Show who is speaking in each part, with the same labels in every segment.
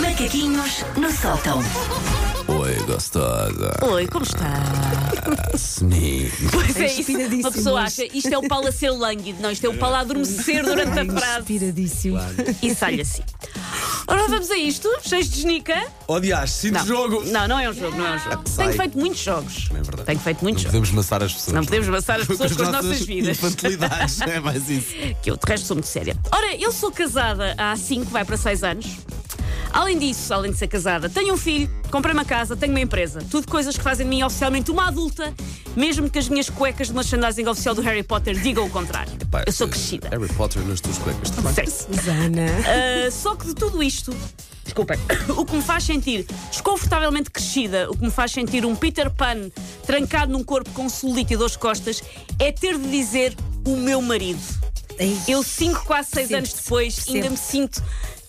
Speaker 1: Macaquinhos no sótão.
Speaker 2: Oi, gostosa.
Speaker 3: Oi, como está?
Speaker 2: Sneak.
Speaker 3: Pois é isso.
Speaker 4: Inspiradíssimo
Speaker 3: Uma pessoa
Speaker 4: hoje.
Speaker 3: acha, isto é o palácio lânguido, não, isto é o pala adormecer durante a frase
Speaker 4: É Inspiradíssimo.
Speaker 3: e sai assim. Ora, vamos a isto, cheios de genica.
Speaker 2: Odiaste, Oh, sinto
Speaker 3: Não.
Speaker 2: jogo.
Speaker 3: Não, não é um jogo, não é um jogo.
Speaker 2: Sai.
Speaker 3: Tenho feito muitos jogos.
Speaker 2: É verdade.
Speaker 3: Tenho feito muitos
Speaker 2: Não
Speaker 3: jogos.
Speaker 2: podemos maçar as pessoas. é?
Speaker 3: Não podemos amassar as pessoas com as nossas
Speaker 2: nossas
Speaker 3: vidas.
Speaker 2: Infantilidades, é mais isso.
Speaker 3: Que eu, de resto, sou muito séria. Ora, eu sou casada há 5, vai para 6 anos. Além disso, além de ser casada, tenho um filho, comprei uma casa, tenho uma empresa. Tudo coisas que fazem de mim oficialmente uma adulta, mesmo que as minhas cuecas de merchandising oficial do Harry Potter digam o contrário.
Speaker 2: Pá,
Speaker 3: eu sou
Speaker 2: eh,
Speaker 3: crescida.
Speaker 2: Harry Potter nas tuas cuecas. Tá bem.
Speaker 3: Certo.
Speaker 4: Susana.
Speaker 3: Uh, só que de tudo isto, desculpem, o que me faz sentir desconfortavelmente crescida, o que me faz sentir um Peter Pan trancado num corpo com um solito e dores costas, é ter de dizer o meu marido.
Speaker 4: Ei,
Speaker 3: Eu, cinco, quase seis
Speaker 4: Percebo-te,
Speaker 3: anos depois, ainda me sinto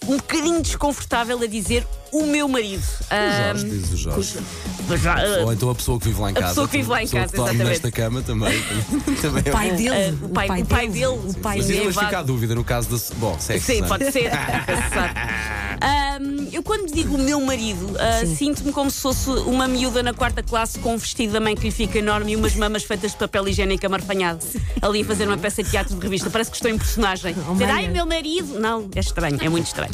Speaker 3: um bocadinho desconfortável a dizer o meu marido. Ah,
Speaker 2: Jorge, diz o Jorge.
Speaker 3: mas já, ah,
Speaker 2: Ou então a pessoa que vive lá em
Speaker 3: a
Speaker 2: casa.
Speaker 3: pessoa que vive lá em
Speaker 2: a pessoa
Speaker 3: casa,
Speaker 2: que dorme
Speaker 3: exatamente.
Speaker 2: nesta cama também. também é
Speaker 4: O pai dele.
Speaker 3: ah, o, pai, o pai dele, o pai
Speaker 2: Mas ainda
Speaker 3: dele
Speaker 2: hoje
Speaker 3: vai-
Speaker 2: fica a dúvida no caso da. Bom, sexo.
Speaker 3: Sim,
Speaker 2: né?
Speaker 3: pode ser. Nunca se sabe. Ahm, eu quando digo o meu marido, ah, sinto-me como se fosse uma miúda na quarta classe com um vestido da mãe que lhe fica enorme e umas mamas feitas de papel higiênico amarfanhado. Ali a fazer uma peça de teatro de revista. Parece que estou em personagem. Dizer, ai, meu marido. Não, é estranho, é muito estranho.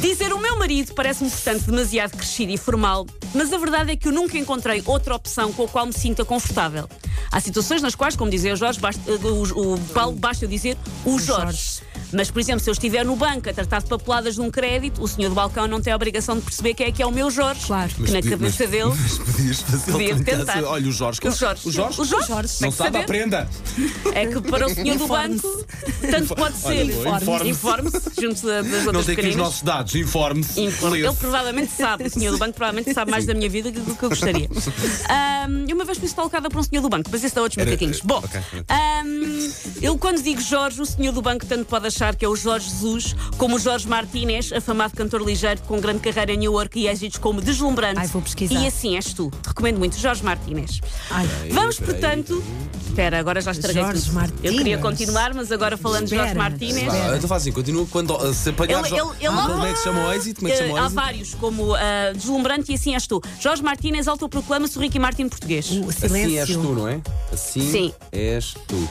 Speaker 3: Dizer o meu marido parece-me, portanto, demasiado crescido e formal, mas a verdade é que eu nunca encontrei outra opção com a qual me sinta confortável. Há situações nas quais, como dizia o Jorge, basta- eh, o, o Paulo, basta eu dizer o Jorge. Mas, por exemplo, se eu estiver no banco a tratar de papeladas de um crédito, o senhor do balcão não tem a obrigação de perceber quem é que é o meu Jorge.
Speaker 4: Claro.
Speaker 3: Que
Speaker 2: Mas
Speaker 3: na
Speaker 2: podia-
Speaker 3: cabeça
Speaker 2: mas-
Speaker 3: dele.
Speaker 2: Mas podias fazer
Speaker 3: Podia
Speaker 2: ele tentar.
Speaker 3: tentar.
Speaker 2: Olha, o Jorge.
Speaker 3: O Jorge.
Speaker 2: O Jorge.
Speaker 3: O Jorge.
Speaker 2: Não
Speaker 3: Tem que
Speaker 2: sabe,
Speaker 3: saber.
Speaker 2: aprenda.
Speaker 3: É que para o senhor do banco, tanto pode
Speaker 2: Olha,
Speaker 3: ser.
Speaker 2: boa, informe-se.
Speaker 3: Informe-se junto da- das
Speaker 2: Não
Speaker 3: outras
Speaker 2: tem aqui os
Speaker 3: pequeninas.
Speaker 2: nossos dados. Informe-se.
Speaker 3: Informe.
Speaker 2: Leia-se.
Speaker 3: Ele provavelmente sabe, o senhor do banco provavelmente sabe mais da minha vida do que eu gostaria. Ahm, eu uma vez fui stalkada por um senhor do banco, mas esse dá outros
Speaker 2: Era-
Speaker 3: macaquinhos. Bom,
Speaker 2: Ok.
Speaker 3: ahm, eu quando digo Jorge, o senhor do banco tanto pode achar que é o Jorge Jesus, como o Jorge Martínez, afamado cantor ligeiro com grande carreira em New York e êxitos como deslumbrante.
Speaker 4: Ai, vou pesquisar.
Speaker 3: E assim és tu. Te recomendo muito, Jorge Martínez.
Speaker 4: Ai,
Speaker 3: Vamos, portanto. Espera, agora já estraguei
Speaker 4: Jorge
Speaker 3: tudo. Eu
Speaker 4: Martínez.
Speaker 3: queria continuar, mas agora falando de Jorge
Speaker 4: Espera.
Speaker 3: Martínez.
Speaker 2: Ah, então faz assim, continua quando ah, se apanhar.
Speaker 3: É Ele- ele- ele-
Speaker 2: como é que se chama o êxito? Como é que se
Speaker 3: Eh,
Speaker 2: chama o
Speaker 3: há
Speaker 2: êxito?
Speaker 3: vários, como ah, Deslumbrante e Assim És Tu. Jorge Martínez autoproclama-se o Ricky Martin português.
Speaker 4: O
Speaker 2: Assim és tu,
Speaker 4: silêncio.
Speaker 2: não é? Assim
Speaker 3: Sim.
Speaker 2: és tu.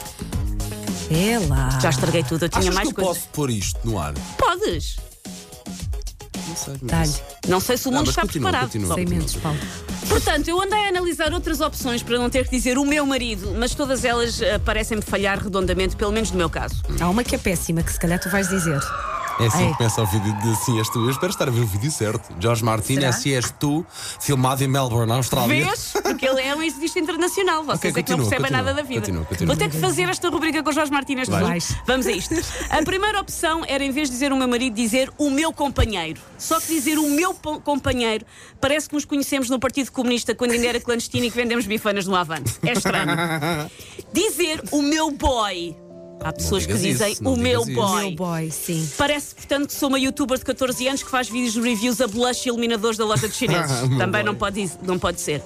Speaker 4: É lá.
Speaker 3: Já estraguei tudo, eu tinha
Speaker 2: Achas
Speaker 3: mais
Speaker 2: que eu
Speaker 3: coisas.
Speaker 2: posso pôr isto no ar?
Speaker 3: Podes!
Speaker 2: Não sei. não
Speaker 4: Dá-lhe.
Speaker 2: sei.
Speaker 3: Não sei se o
Speaker 2: Não,
Speaker 3: mundo
Speaker 2: mas
Speaker 3: está
Speaker 2: continua,
Speaker 3: preparado.
Speaker 2: continua.
Speaker 4: Sem menos, Paulo.
Speaker 3: Portanto, eu andei a analisar outras opções para não ter que dizer o meu marido, mas todas elas ah, parecem-me falhar redondamente, pelo menos no meu caso.
Speaker 4: Há uma que é péssima, que se calhar tu vais dizer.
Speaker 2: É assim
Speaker 4: Ai.
Speaker 2: que começa o vídeo de Assim és tu. Eu espero estar a ver o vídeo certo. Jorge Martin,
Speaker 4: Será?
Speaker 2: Assim és tu, filmado em Melbourne, na Austrália.
Speaker 3: Vês? Porque ele é um exista internacional. Vocês
Speaker 2: Ok,
Speaker 3: é que não
Speaker 2: continua,
Speaker 3: percebem
Speaker 2: continua,
Speaker 3: nada da vida.
Speaker 2: continua, continua.
Speaker 3: Vou ter que fazer esta rubrica com o Jorge Martínez.
Speaker 2: Vai.
Speaker 4: Vais.
Speaker 3: Vamos a isto. A primeira opção era, em vez de dizer o meu marido, dizer o meu companheiro. Só que dizer o meu po- companheiro parece que nos conhecemos no Partido Comunista quando ainda era clandestino e que vendemos bifanas no Avante. É estranho. Dizer o meu boy. Há pessoas que
Speaker 2: digas
Speaker 3: dizem
Speaker 2: isso, não
Speaker 3: o meu
Speaker 2: digas isso.
Speaker 3: boy.
Speaker 4: Meu boy, sim.
Speaker 3: Parece, portanto, que sou uma youtuber de 14 anos que faz vídeos de reviews a blush e iluminadores da loja de chineses.
Speaker 2: Meu
Speaker 3: Também
Speaker 2: boy.
Speaker 3: não pode, is- não pode ser.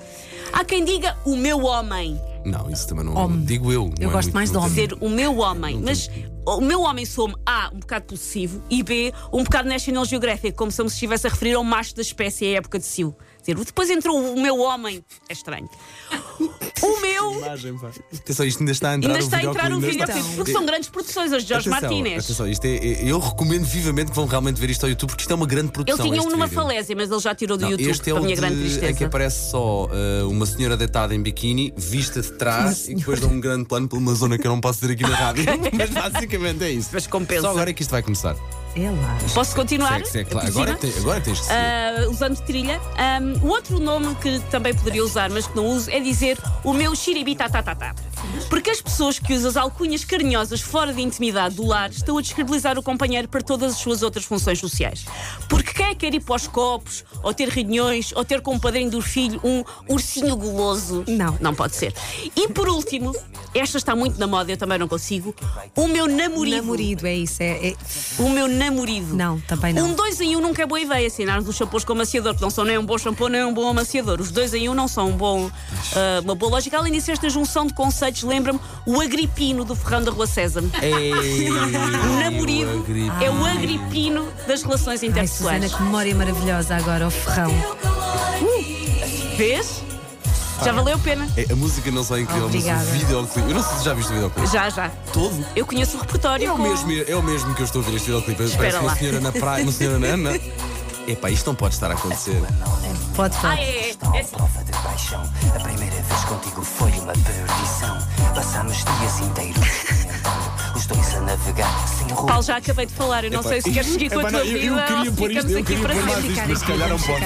Speaker 3: Há quem diga o meu homem,
Speaker 2: Não, isso também não.
Speaker 4: Homem.
Speaker 2: Digo eu. não
Speaker 4: Eu
Speaker 2: é
Speaker 4: gosto
Speaker 2: muito-
Speaker 4: mais de
Speaker 2: não tem-
Speaker 4: homem.
Speaker 3: dizer o meu homem, mas o meu homem sou-me A, um bocado possessivo, e B, um bocado National Geographic, como se eu me estivesse a referir ao macho da espécie à época de cio. Dizer, depois entrou o meu homem. É estranho. O meu.
Speaker 2: Atenção, isto ainda está a entrar
Speaker 3: Ainda está a
Speaker 2: videoclipe,
Speaker 3: entrar um
Speaker 2: ainda
Speaker 3: vídeo,
Speaker 2: está-
Speaker 3: porque são grandes produções, as de Jorge
Speaker 2: Então, Atenção,
Speaker 3: Martínez.
Speaker 2: Atenção, isto é, é- eu recomendo vivamente que vão realmente ver isto ao YouTube, porque isto é uma grande
Speaker 3: Ele
Speaker 2: produção.
Speaker 3: tinha um
Speaker 2: este
Speaker 3: numa
Speaker 2: vídeo.
Speaker 3: falésia, mas ele já tirou do
Speaker 2: Não,
Speaker 3: YouTube,
Speaker 2: este é
Speaker 3: para
Speaker 2: o
Speaker 3: a minha
Speaker 2: de-
Speaker 3: grande tristeza.
Speaker 2: é que aparece só eh, uma senhora deitada em biquíni, vista de trás, e depois dá um grande plano por uma zona que eu não posso dizer aqui na rádio. Mas basicamente é isso.
Speaker 3: Mas compensa.
Speaker 2: Só agora é que isto vai começar.
Speaker 4: É lá.
Speaker 3: Posso continuar?
Speaker 2: Segue, segue,
Speaker 3: Por
Speaker 2: claro.
Speaker 3: cima?
Speaker 2: Agora, tem- agora tens que seguir.
Speaker 3: Ah, usando trilha. Ah, o outro nome que também poderia usar, mas que não uso, é dizer o meu tá, xiribitatatatá. Porque as pessoas que usam as alcunhas carinhosas fora de intimidade do lar estão a descredibilizar o companheiro para todas as suas outras funções sociais. Porque quem é que quer ir para os copos, ou ter reuniões, ou ter com o padrinho do filho um ursinho guloso?
Speaker 4: Não.
Speaker 3: Não pode ser. E por último, esta está muito na moda, eu também não consigo, o meu namorido.
Speaker 4: Namorido, é isso. É, é-
Speaker 3: O meu namorido.
Speaker 4: Não, também não.
Speaker 3: Um dois em um nunca é boa ideia. Assinarmos os shampoos com amaciador, que não são nem um bom shampoo, nem um bom amaciador. Os dois em um não são um bom, ah, uma boa lógica. Além disso, esta junção de conceitos lembra-me o agripino do Ferrão da Rua César.
Speaker 2: Ei,
Speaker 3: O namorido
Speaker 2: o agripino.
Speaker 3: é o agripino das relações
Speaker 4: Ai,
Speaker 3: interpessoais.
Speaker 4: Susana, Ana, que memória maravilhosa agora, ao ferrão.
Speaker 3: Vês? Já valeu a pena.
Speaker 2: É, a música não só é incrível,
Speaker 4: Obrigada.
Speaker 2: mas o videoclipe. Eu não sei se já viste o videoclipe.
Speaker 3: Já, já.
Speaker 2: Todo?
Speaker 3: Eu conheço o repertório.
Speaker 2: É o
Speaker 3: com-
Speaker 2: mesmo, é o mesmo que eu estou a ver este videoclipe. Parece uma
Speaker 3: lá.
Speaker 2: senhora na praia, uma senhora na Ana. Epá, isto não pode estar a acontecer.
Speaker 4: Pode
Speaker 3: Ah,
Speaker 4: falar.
Speaker 3: é, é,
Speaker 1: Estou
Speaker 3: é.
Speaker 1: à prova de paixão. A primeira vez contigo foi uma perdição. Passámos dias inteiros tentando, os dois a navegar sem rumo.
Speaker 3: Paulo, já acabei de falar. Eu não sei se queres seguir com a
Speaker 2: Epá, não,
Speaker 3: tua
Speaker 2: eu,
Speaker 3: vida
Speaker 2: eu queria
Speaker 3: ou se
Speaker 2: pôr isto,
Speaker 3: ficamos
Speaker 2: eu
Speaker 3: aqui
Speaker 2: queria
Speaker 3: para
Speaker 2: pôr mais
Speaker 3: sempre.
Speaker 2: isto, mas se calhar não pode.